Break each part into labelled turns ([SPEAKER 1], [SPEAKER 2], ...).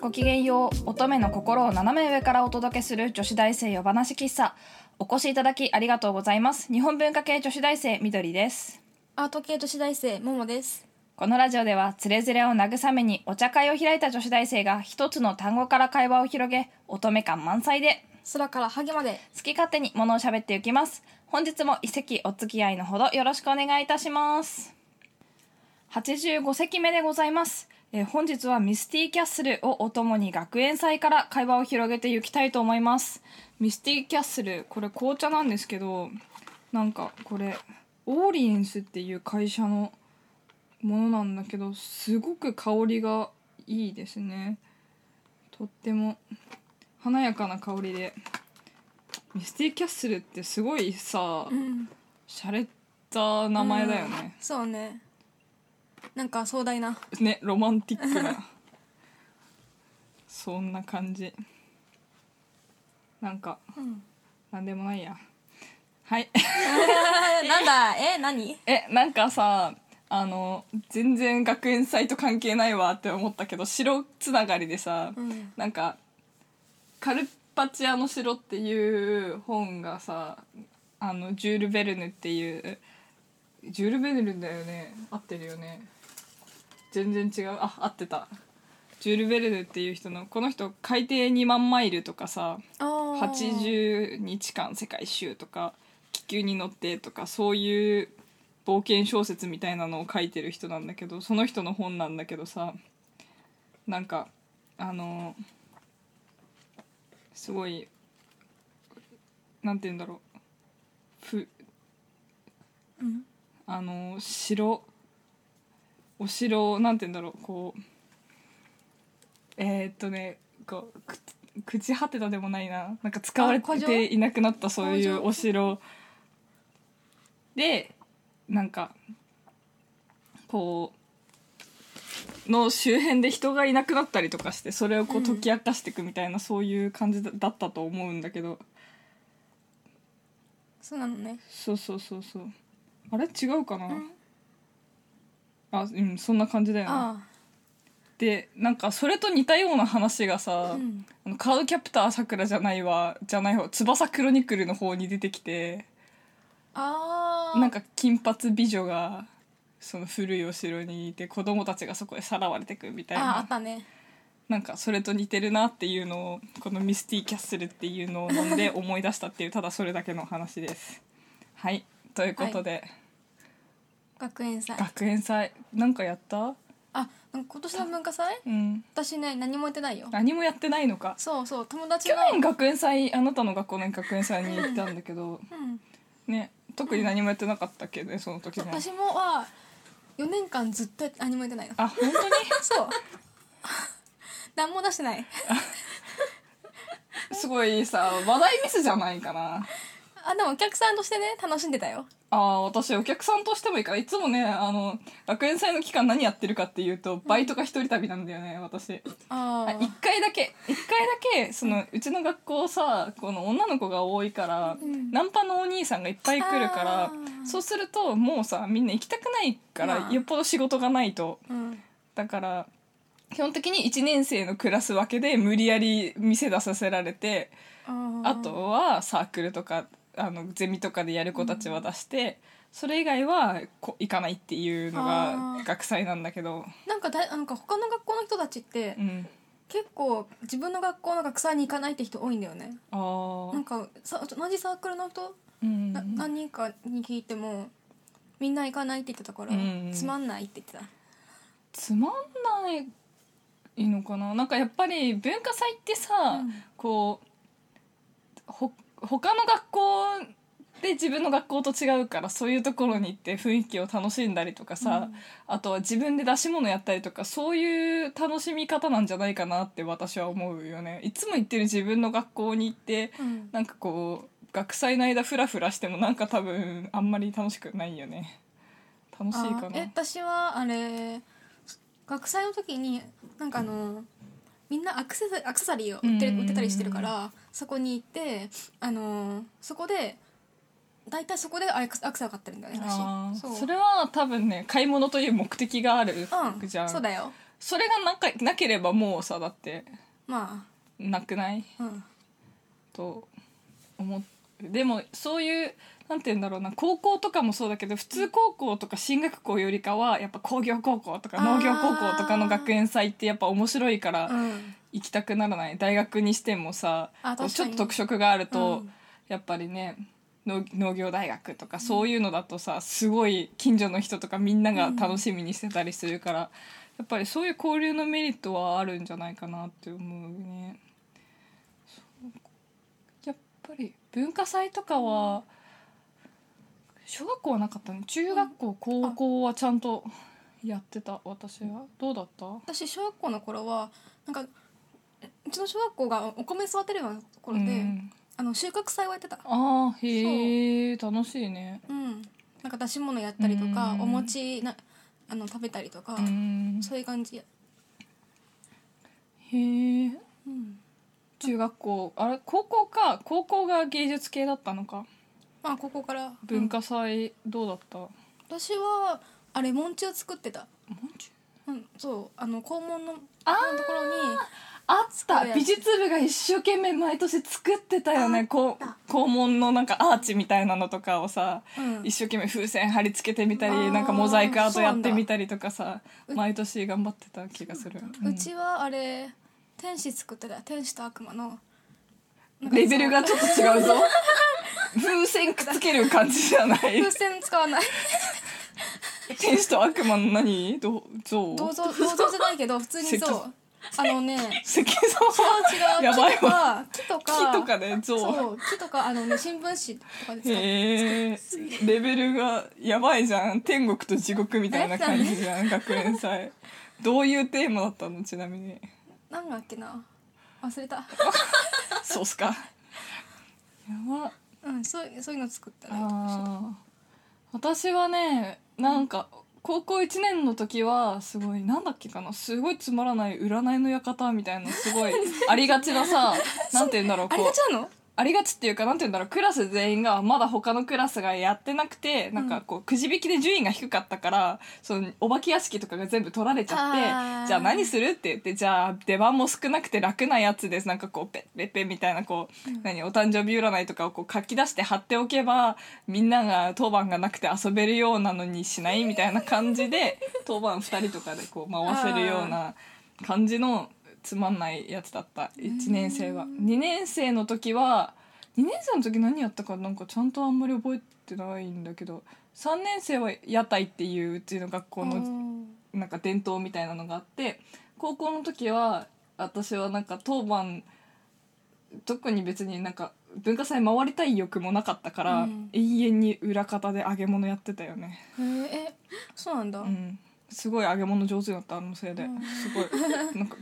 [SPEAKER 1] ごきげんよう乙女の心を斜め上からお届けする女子大生夜話喫茶お越しいただきありがとうございます日本文化系女子大生みどりです
[SPEAKER 2] アート系女子大生ももです
[SPEAKER 1] このラジオではつれづれを慰めにお茶会を開いた女子大生が一つの単語から会話を広げ乙女感満載で
[SPEAKER 2] 空からハゲまで
[SPEAKER 1] 好き勝手に物を喋っていきます本日も一席お付き合いのほどよろしくお願いいたします85席目でございますえー本日はミスティキャッスルをお供に学園祭から会話を広げていきたいと思いますミスティキャッスルこれ紅茶なんですけどなんかこれオーリエンスっていう会社のものなんだけどすごく香りがいいですねとっても華やかな香りでミスティキャッスルってすごいさ
[SPEAKER 2] うん
[SPEAKER 1] 洒落た名前だよね、
[SPEAKER 2] うんそうねなんか壮大な
[SPEAKER 1] ねロマンティックなそんな感じなんか
[SPEAKER 2] うん
[SPEAKER 1] なんでもないやはい
[SPEAKER 2] なんだえ何
[SPEAKER 1] えなんかさあの全然学園祭と関係ないわって思ったけど城つながりでさ、
[SPEAKER 2] うん
[SPEAKER 1] なんか「カルパチアの城」っていう本がさあのジュール・ベルヌっていうジュール・ベルヌだよね合ってるよね全然違うあ合ってたジュール・ベルヌっていう人のこの人海底2万マイルとかさ
[SPEAKER 2] あ
[SPEAKER 1] 80
[SPEAKER 2] ー
[SPEAKER 1] 日間世界一周とか気球に乗ってとかそういう冒険小説みたいなのを書いてる人なんだけどその人の本なんだけどさなんかあのすごいなんて言うんだろうふ
[SPEAKER 2] うん
[SPEAKER 1] あの城お城なんて言うんだろうこうえーっとねこうく朽ち果てたでもないななんか使われ
[SPEAKER 2] あ古
[SPEAKER 1] て
[SPEAKER 2] 城
[SPEAKER 1] いなくなったそうい
[SPEAKER 2] 古
[SPEAKER 1] う
[SPEAKER 2] 城
[SPEAKER 1] お城でなんかこうの周辺で人がいなくなったりとかしてそれをこう
[SPEAKER 2] うん
[SPEAKER 1] 解き明かしていくみたいな、そういう感じだだったと思うんだけど
[SPEAKER 2] そうなのね
[SPEAKER 1] そうそうそうそうあれ違うかな、
[SPEAKER 2] うん
[SPEAKER 1] あうんそんな感じだよね
[SPEAKER 2] あ
[SPEAKER 1] でなんかそれと似たような話が
[SPEAKER 2] あ
[SPEAKER 1] さ、
[SPEAKER 2] うん
[SPEAKER 1] あのカードキャプターさくらじゃないわじゃない方翼クロニクルの方に出てきて
[SPEAKER 2] あー
[SPEAKER 1] なんか金髪美女がその古いお城にいて子供たちがそこでさらわれてくみたい
[SPEAKER 2] ああっ
[SPEAKER 1] な
[SPEAKER 2] たね
[SPEAKER 1] なんかそれと似てるなっていうのをこのミスティキャッスルっていうのを飲んで思い出したっていうただそれだけの話です。はいということで、
[SPEAKER 2] 学園祭
[SPEAKER 1] 学園祭なんかやった
[SPEAKER 2] あなんか今年の文化祭
[SPEAKER 1] うん
[SPEAKER 2] 私ね何もやってないよ
[SPEAKER 1] 何もやってないのか
[SPEAKER 2] そうそう友達
[SPEAKER 1] 去
[SPEAKER 2] の
[SPEAKER 1] 年学園祭あなたの学校の学園祭に行ったんだけど
[SPEAKER 2] うん
[SPEAKER 1] ね特に何もやってなかったっけねその時
[SPEAKER 2] そう
[SPEAKER 1] も
[SPEAKER 2] 私もは4年間ずっと何もやって ないの
[SPEAKER 1] あ本当に
[SPEAKER 2] そう 何も出してない
[SPEAKER 1] すごいさ話題ミスじゃないかな
[SPEAKER 2] あでもお客さんとしてね楽しんでたよ
[SPEAKER 1] あー私お客さんとしてもいいからいつもねあの学園祭の期間何やってるかっていうとバイトが一人旅なんだよね私
[SPEAKER 2] あ
[SPEAKER 1] あ一回だけ一回だけそのうちの学校さこの女の子が多いから、
[SPEAKER 2] うん
[SPEAKER 1] ナンパのお兄さんがいっぱい来るから
[SPEAKER 2] あー
[SPEAKER 1] そうするともうさみんな行きたくないから、
[SPEAKER 2] まあ
[SPEAKER 1] よっぽど仕事がないと
[SPEAKER 2] うん
[SPEAKER 1] だから基本的に1年生のクラス分けで無理やり店出させられて
[SPEAKER 2] あ
[SPEAKER 1] あとはサークルとかあのゼミとかでやる子たちは出して、それ以外はこ行かないっていうの
[SPEAKER 2] あー
[SPEAKER 1] が学祭なんだけど、
[SPEAKER 2] なんかだなんか他の学校の人たちって
[SPEAKER 1] うん、
[SPEAKER 2] 結構自分の学校の学祭に行かないって人多いんだよね
[SPEAKER 1] あー
[SPEAKER 2] なんかさ同じサークルの人、
[SPEAKER 1] うん
[SPEAKER 2] な何人かに聞いてもみんな行かないって言ってたから、
[SPEAKER 1] うん
[SPEAKER 2] つまんないって言って
[SPEAKER 1] つまんないのかななんかやっぱり文化祭ってさ、
[SPEAKER 2] うん
[SPEAKER 1] こうほ他の学校で自分の学校と違うからそういうところに行って雰囲気を楽しんだりとかさ、
[SPEAKER 2] うん
[SPEAKER 1] あとは自分で出し物やったりとかそういう楽しみ方なんじゃないかなって私は思うよね。いつも行ってる自分の学校に行って
[SPEAKER 2] た、うん、
[SPEAKER 1] なんかこう学祭の間フラフラしてもなんか多分あんまり楽しくないよね。楽しいか
[SPEAKER 2] あ
[SPEAKER 1] な。
[SPEAKER 2] え私はあれ学祭の時になんかあのみんなアクセサアクセサリーを売ってる
[SPEAKER 1] うん
[SPEAKER 2] 売ってたりしてるからそこに行ってあのそこで大体そこでアクセアクセを買ってるんだよね
[SPEAKER 1] あー
[SPEAKER 2] 私
[SPEAKER 1] それは多分ね買い物という目的がある
[SPEAKER 2] う
[SPEAKER 1] じゃん、
[SPEAKER 2] んそうだよ
[SPEAKER 1] それがなかなければもうさだって
[SPEAKER 2] ま
[SPEAKER 1] なくない
[SPEAKER 2] あうん
[SPEAKER 1] と思っでもそういうなんて言うんだろうな高校とかもそうだけど普通高校とか進学校よりかはやっぱ工業高校とか
[SPEAKER 2] あー
[SPEAKER 1] 農業高校とかの学園祭ってやっぱ面白いから
[SPEAKER 2] うん
[SPEAKER 1] 行きたくならない大学にしてもさ
[SPEAKER 2] あ確かに
[SPEAKER 1] ちょっと特色があると、
[SPEAKER 2] うん
[SPEAKER 1] やっぱりね農農業大学とかそういうのだとさすごい近所の人とかみんなが楽しみにしてたりするから、やっぱりそういう交流のメリットはあるんじゃないかなって思うね。そうやっぱり文化祭とかは小学校はなかったね中学校、高校はちゃんとやってた私はどうだった
[SPEAKER 2] 私小学校の頃はなんかうちの小学校がお米育てるようなところで、
[SPEAKER 1] うん
[SPEAKER 2] あの収穫祭をやってた
[SPEAKER 1] あーへえ楽しいね
[SPEAKER 2] うんなんか出し物やったりとか、
[SPEAKER 1] うん
[SPEAKER 2] お餅なあの食べたりとか、
[SPEAKER 1] うん
[SPEAKER 2] そういう感じ
[SPEAKER 1] へえ
[SPEAKER 2] うん
[SPEAKER 1] 中学校あれ高校か高校が芸術系だったのか
[SPEAKER 2] まあここから
[SPEAKER 1] 文化祭どうだった、
[SPEAKER 2] 私はあれもんちを作ってた、
[SPEAKER 1] もんじゅ
[SPEAKER 2] うん、そうあの校門のとこ
[SPEAKER 1] あ
[SPEAKER 2] ろに
[SPEAKER 1] あった
[SPEAKER 2] そうや
[SPEAKER 1] 美術部が一生懸命毎年作ってたよ
[SPEAKER 2] あ
[SPEAKER 1] ね
[SPEAKER 2] った
[SPEAKER 1] こう校門のなんかアーチみたいなのとかをさ、
[SPEAKER 2] うん
[SPEAKER 1] 一生懸命風船貼り付けてみた
[SPEAKER 2] あ
[SPEAKER 1] り
[SPEAKER 2] ー
[SPEAKER 1] なんかモザイクアートやっ
[SPEAKER 2] そうなん
[SPEAKER 1] て
[SPEAKER 2] だ
[SPEAKER 1] みたりとかさ毎年頑張ってた気がする、
[SPEAKER 2] うちはあれ天使作ってた天使と悪魔の
[SPEAKER 1] うんレベルがちょっと違 うぞ風船くっつける感じじゃない
[SPEAKER 2] 風船使わない
[SPEAKER 1] 天使と悪魔の何ど像
[SPEAKER 2] 銅像銅像じゃないけど普通に
[SPEAKER 1] 石
[SPEAKER 2] そうあのね違う違う
[SPEAKER 1] 石像やば
[SPEAKER 2] 木
[SPEAKER 1] い
[SPEAKER 2] と
[SPEAKER 1] わ
[SPEAKER 2] か木と
[SPEAKER 1] 木
[SPEAKER 2] か
[SPEAKER 1] とかね像
[SPEAKER 2] そう木とかあのね新聞紙とかで使って
[SPEAKER 1] へえレベルがやばいじゃん天国と地獄みたいな感じじゃん学園 祭どういうテーマだったのちなみに
[SPEAKER 2] なんだっけな忘れた
[SPEAKER 1] そうっすかやば
[SPEAKER 2] うんそういうそういうの作ったら
[SPEAKER 1] あー私はねなんか高校1年の時はすごいなんだっけかなすごいつまらない占いの館みたいなすごいありがちな さなんて言うんだろう
[SPEAKER 2] あ
[SPEAKER 1] こ
[SPEAKER 2] れが
[SPEAKER 1] う
[SPEAKER 2] ちゃうの
[SPEAKER 1] ありがちっていうかなんて言うんだろうクラス全員がまだ他のクラスがやってなくてなんかこうくじ引きで順位が低かったからそのお化け屋敷とかが全部取られちゃっ
[SPEAKER 2] あ
[SPEAKER 1] て
[SPEAKER 2] ー
[SPEAKER 1] じゃあ何するって言ってじゃあ出番も少なくて楽なやつですなんかこうペッペッペッみたいなこう、何お誕生日占いとかをこう書き出して貼っておけばみんなが当番がなくて遊べるようなのにしないみたいな感じで当番2人とかでこう回せるような感じのつまんないやつだった1年生は。2年生の時は2年生の時何やったかなんかちゃんとあんまり覚えてないんだけど3年生は屋台っていううちの学校のなんか伝統みたいなのがあって高校の時は私はなんか当番特に別になんか文化祭回りたい欲もなかったから、
[SPEAKER 2] うん
[SPEAKER 1] 永遠に裏方で揚げ物やってたよね、
[SPEAKER 2] へーえそうなんだ、
[SPEAKER 1] うん、すごい揚げ物上手だったあのせいで、
[SPEAKER 2] うん
[SPEAKER 1] すごいなんか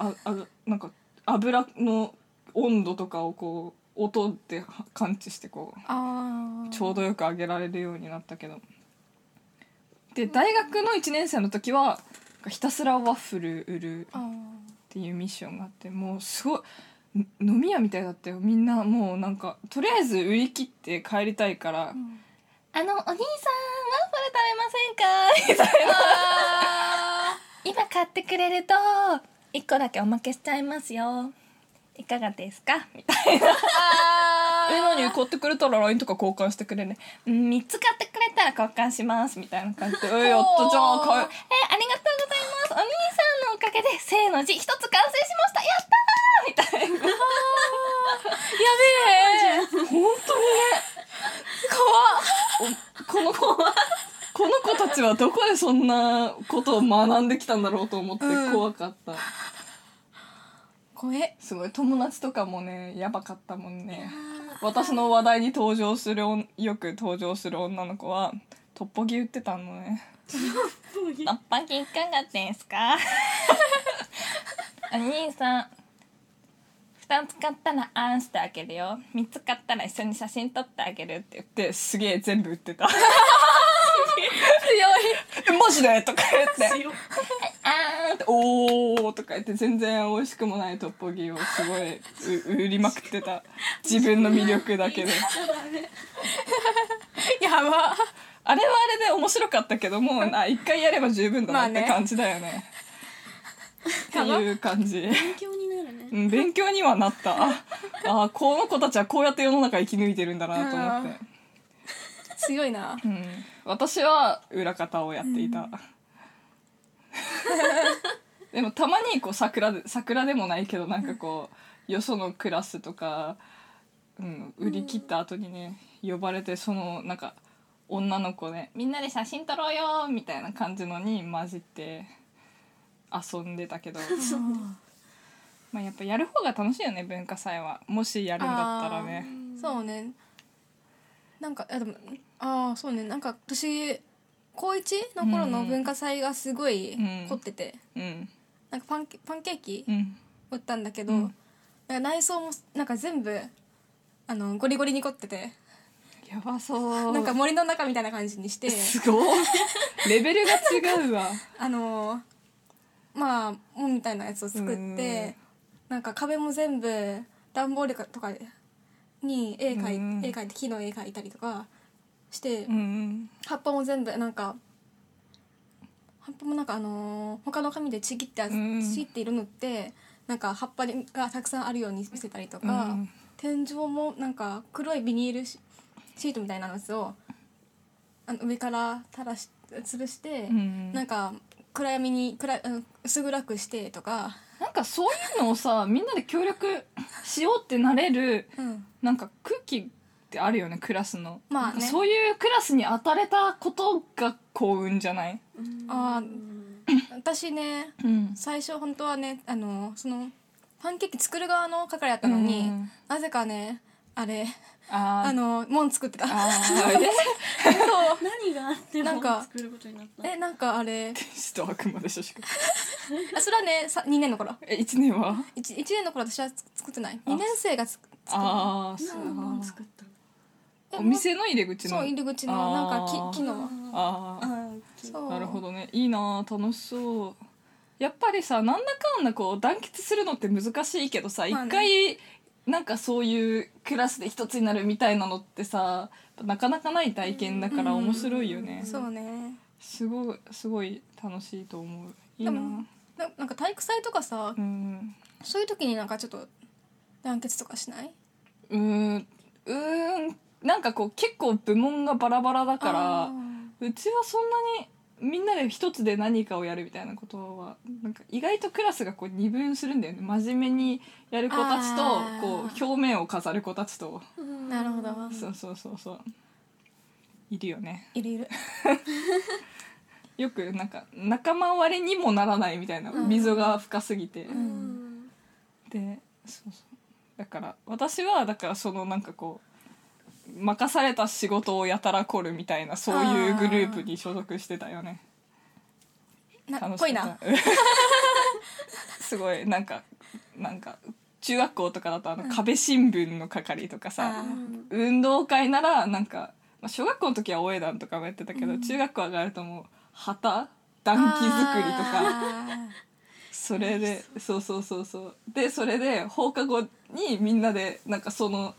[SPEAKER 1] ああなんか油の温度とかをこう音で感知してこう
[SPEAKER 2] ああ
[SPEAKER 1] ちょうどよく上げられるようになったけどで大学の1年生の時はひたすらワッフル売る
[SPEAKER 2] あ
[SPEAKER 1] っていうミッションがあってもうすごいん飲み屋みたいだったよみんなもうなんかとりあえず売り切って帰りたいから「あ
[SPEAKER 2] ん
[SPEAKER 1] のお兄さんワッフル食べませんか?」みたいな「今買ってくれると1個だけおまけしちゃいますよ」いかがですかみたいな。え、何買ってくれたら LINE とか交換してくれるね。うん、3つ買ってくれたら交換します。みたいな感じ で。え、やったじゃあ、買え。え、ありがとうございます。お兄さんのおかげで、正の字一つ完成しました。やったーみたいな。
[SPEAKER 2] やべえ
[SPEAKER 1] 本当にね怖この子はこの子たちはどこでそんなことを学んできたんだろうと思って
[SPEAKER 2] うん
[SPEAKER 1] 怖かった、
[SPEAKER 2] 怖え
[SPEAKER 1] すごい友達とかもねやばかったもんね私の話題に登場する女よく登場する女の子はトッポギ売ってたのねトッポギいかがですか お兄さん2つ買ったらあんしてあげるよ3つ買ったら一緒に写真撮ってあげるって言って すげえ全部売ってた 強いえマジでとか言ってあーっておーとか言って全然美味しくもないトッポギをすごいう売りまくってた自分の魅力だけで
[SPEAKER 2] やば
[SPEAKER 1] あれはあれで面白かったけどもうな一回やれば十分だなって感じだよね,、っていう感じ。
[SPEAKER 2] 勉強になるね
[SPEAKER 1] うん、勉強にはなった。ああ、この子たちはこうやって世の中生き抜いてるんだなと思って。
[SPEAKER 2] 強いな
[SPEAKER 1] うん、私は裏方をやっていた。 でもたまにこう桜で桜でもないけどなんかこうよそのクラスとか、うん、売り切った後にね呼ばれてそのなんか女の子ねみんなで写真撮ろうよみたいな感じのに混じって遊んでたけどまあやっぱやる方が楽しいよね文化祭はもしやるんだったらね。
[SPEAKER 2] そうねなんかあでもああそうねなんか私高一の頃の文化祭がすごい
[SPEAKER 1] うん
[SPEAKER 2] 凝ってて、
[SPEAKER 1] うん、
[SPEAKER 2] なんかパンケパンケーキ
[SPEAKER 1] うん、
[SPEAKER 2] 売ったんだけど、
[SPEAKER 1] うん
[SPEAKER 2] なんか内装もなんか全部あのゴリゴリに凝ってて
[SPEAKER 1] やばそう
[SPEAKER 2] なんか森の中みたいな感じにして
[SPEAKER 1] すご いレベルが違うわ
[SPEAKER 2] あのまあ門みたいなやつを作っ
[SPEAKER 1] うん
[SPEAKER 2] てなんか壁も全部段ボールとかに絵描
[SPEAKER 1] うん
[SPEAKER 2] い絵描いて木の絵描いたりとかして、
[SPEAKER 1] うん
[SPEAKER 2] 葉っぱも全部なんか葉っぱもなんかあのー他の紙でちぎってあ
[SPEAKER 1] うん
[SPEAKER 2] ちぎっているのってなんか葉っぱがたくさんあるように見せたりとか、
[SPEAKER 1] うん
[SPEAKER 2] 天井もなんか黒いビニールシシートみたいなやつをあの上から垂らし吊るして、
[SPEAKER 1] うん
[SPEAKER 2] なんか暗闇に暗いうん薄暗くしてとか、
[SPEAKER 1] なんかそういうのをさみんなで協力しようってなれる
[SPEAKER 2] うん、
[SPEAKER 1] なんか空気ってあるよねクラスの、
[SPEAKER 2] まあね
[SPEAKER 1] なんかそういうクラスに当たれたことが幸運じゃない、
[SPEAKER 2] あー私ね
[SPEAKER 1] うん、
[SPEAKER 2] 最初本当はねあのそのパンケーキ作る側の係だったのに、
[SPEAKER 1] うん
[SPEAKER 2] なぜかねあれ
[SPEAKER 1] あー
[SPEAKER 2] あの門作ってた
[SPEAKER 1] あー え
[SPEAKER 2] そう
[SPEAKER 3] 何があって
[SPEAKER 2] なんか
[SPEAKER 3] も作ることになった
[SPEAKER 2] えなんかあれ
[SPEAKER 1] 天使と悪魔でしょしかも
[SPEAKER 2] あそれはねさ2年の頃
[SPEAKER 1] え1年は
[SPEAKER 2] 1, 一年の頃私はつ作ってない2年生がつく作っ
[SPEAKER 1] ああそう
[SPEAKER 3] 何本作ったの
[SPEAKER 2] て
[SPEAKER 1] お店の入り口の
[SPEAKER 2] そう入り口のなん
[SPEAKER 1] あ
[SPEAKER 2] か
[SPEAKER 1] ー
[SPEAKER 2] 木木の
[SPEAKER 1] ああ
[SPEAKER 3] あ
[SPEAKER 2] そ
[SPEAKER 1] なるほどねいいなあ楽しそうやっぱりさなんだかんだこう団結するのって難しいけどさ一、
[SPEAKER 2] まあね
[SPEAKER 1] 回なんかそういうクラスで一つになるみたいなのってさなかなかない体験だから
[SPEAKER 2] うん
[SPEAKER 1] 面白いよね、
[SPEAKER 2] そうね
[SPEAKER 1] すごいすごい楽しいと思ういいな
[SPEAKER 2] でもななんか体育祭とかさ
[SPEAKER 1] うん
[SPEAKER 2] そういう時になんかちょっと団結とかしないう
[SPEAKER 1] ーんうーんなんかこう結構部門がバラバラだから
[SPEAKER 2] あー
[SPEAKER 1] うちはそんなにみんなで一つで何かをやるみたいなことはなんか意外とクラスがこう二分するんだよね真面目にやる子たちと
[SPEAKER 2] あー
[SPEAKER 1] こう表面を飾る子たちと、
[SPEAKER 2] なるほど
[SPEAKER 1] そうそうそうそういるよね
[SPEAKER 2] いるいる
[SPEAKER 1] よくなんか仲間割れにもならないみたいな
[SPEAKER 2] うん
[SPEAKER 1] 溝が深すぎて、
[SPEAKER 3] う
[SPEAKER 2] うん
[SPEAKER 1] でそうそうだから私はだからそのなんかこう任された仕事をやたら凝るみたいなそういうグループに所属してたよね。
[SPEAKER 2] な
[SPEAKER 1] 楽し
[SPEAKER 2] 濃い
[SPEAKER 1] か
[SPEAKER 2] な
[SPEAKER 1] った すごいなんかなんか中学校とかだとあの壁新聞の係とかさ、
[SPEAKER 2] あ
[SPEAKER 1] 運動会ならなんか、まあ、小学校の時は応援団とかもやってたけど、中学校上がるともう旗団旗作りとか
[SPEAKER 2] か
[SPEAKER 1] それでそうそうそうそうでそれで放課後にみんなでなんかその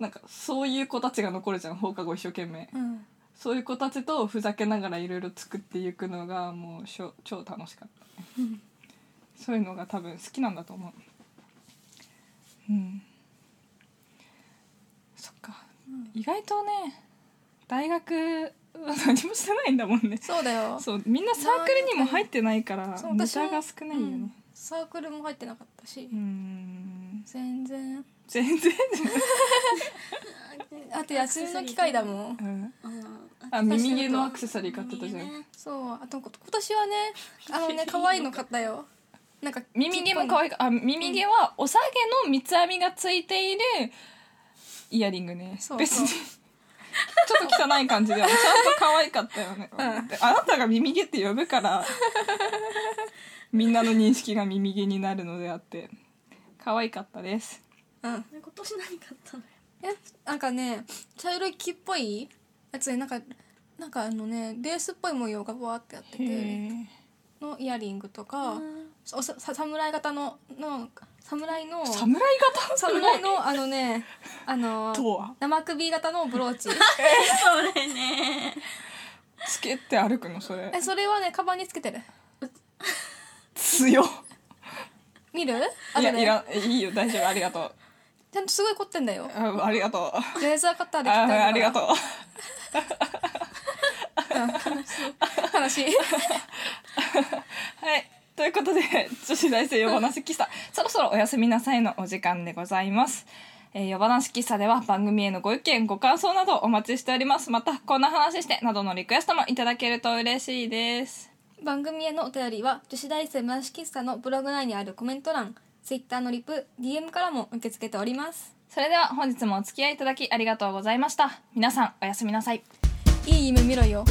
[SPEAKER 1] なんかそういう子たちが残るじゃん放課後一生懸命、
[SPEAKER 2] うん
[SPEAKER 1] そういう子たちとふざけながらいろいろ作っていくのがもうしょ超楽しかった、ねそういうのが多分好きなんだと思ううんそっか、意外とね大学は何もしてないんだもんね
[SPEAKER 2] そうだよ
[SPEAKER 1] そうみんなサークルにも入ってないから
[SPEAKER 2] そう
[SPEAKER 1] ネ
[SPEAKER 2] 私も
[SPEAKER 1] タが少ないよ
[SPEAKER 2] う
[SPEAKER 1] ね
[SPEAKER 2] んサークルも入ってなかったし
[SPEAKER 1] うーん
[SPEAKER 2] 全然
[SPEAKER 1] 全然、
[SPEAKER 2] あと休みの機会だもん
[SPEAKER 1] うん、
[SPEAKER 3] あ
[SPEAKER 1] あ耳毛のアクセサリー買ってたじゃん
[SPEAKER 2] そうあとこ今年はねあの ね可愛いの買ったよなんか
[SPEAKER 1] 耳毛も可愛
[SPEAKER 2] い
[SPEAKER 1] いあ耳毛はお下げの三つ編みがついているイヤリングね
[SPEAKER 2] そう
[SPEAKER 1] 別
[SPEAKER 2] そう
[SPEAKER 1] にちょっと汚い感じではちゃんと可愛かったよ ね、であなたが耳毛って呼ぶからみんなの認識が耳毛になるのであって可愛かったです
[SPEAKER 2] うん
[SPEAKER 3] 今年何買ったの
[SPEAKER 2] えなんかね茶色い木っぽいやつになんかなんかあのねレースっぽい模様がわーってやってて
[SPEAKER 1] へ
[SPEAKER 2] のイヤリングとかおささ侍型のの侍の
[SPEAKER 1] え侍型
[SPEAKER 2] 侍のあのねあの
[SPEAKER 1] とは
[SPEAKER 2] 生首型のブロー チ
[SPEAKER 3] それね
[SPEAKER 1] つけて歩くのそれ
[SPEAKER 2] えそれはねカバンにつけてる
[SPEAKER 1] 強っ
[SPEAKER 2] 見る
[SPEAKER 1] いやい
[SPEAKER 2] ね
[SPEAKER 1] らんいいよ大丈夫ありがとう
[SPEAKER 2] ちゃんとすごい凝ってんだよ
[SPEAKER 1] あありがとうあ
[SPEAKER 2] レーザーカッターで切ってるから
[SPEAKER 1] ありがとう
[SPEAKER 2] 悲しい
[SPEAKER 1] はい。ということで、 女子大生夜話喫茶、そろそろお休みなさいのお時間でございます。えー、夜話喫茶では番組へのご意見、ご感想などお待ちしております。また、こんな話して、などのリクエストもいただけると嬉しいです。
[SPEAKER 2] 番組へのお便りは女子大生むなし喫茶のブログ内にあるコメント欄 Twitter のリプ DM からも受け付けております
[SPEAKER 1] それでは本日もお付き合いいただきありがとうございました。皆さん、おやすみなさい。
[SPEAKER 2] いい夢見ろよ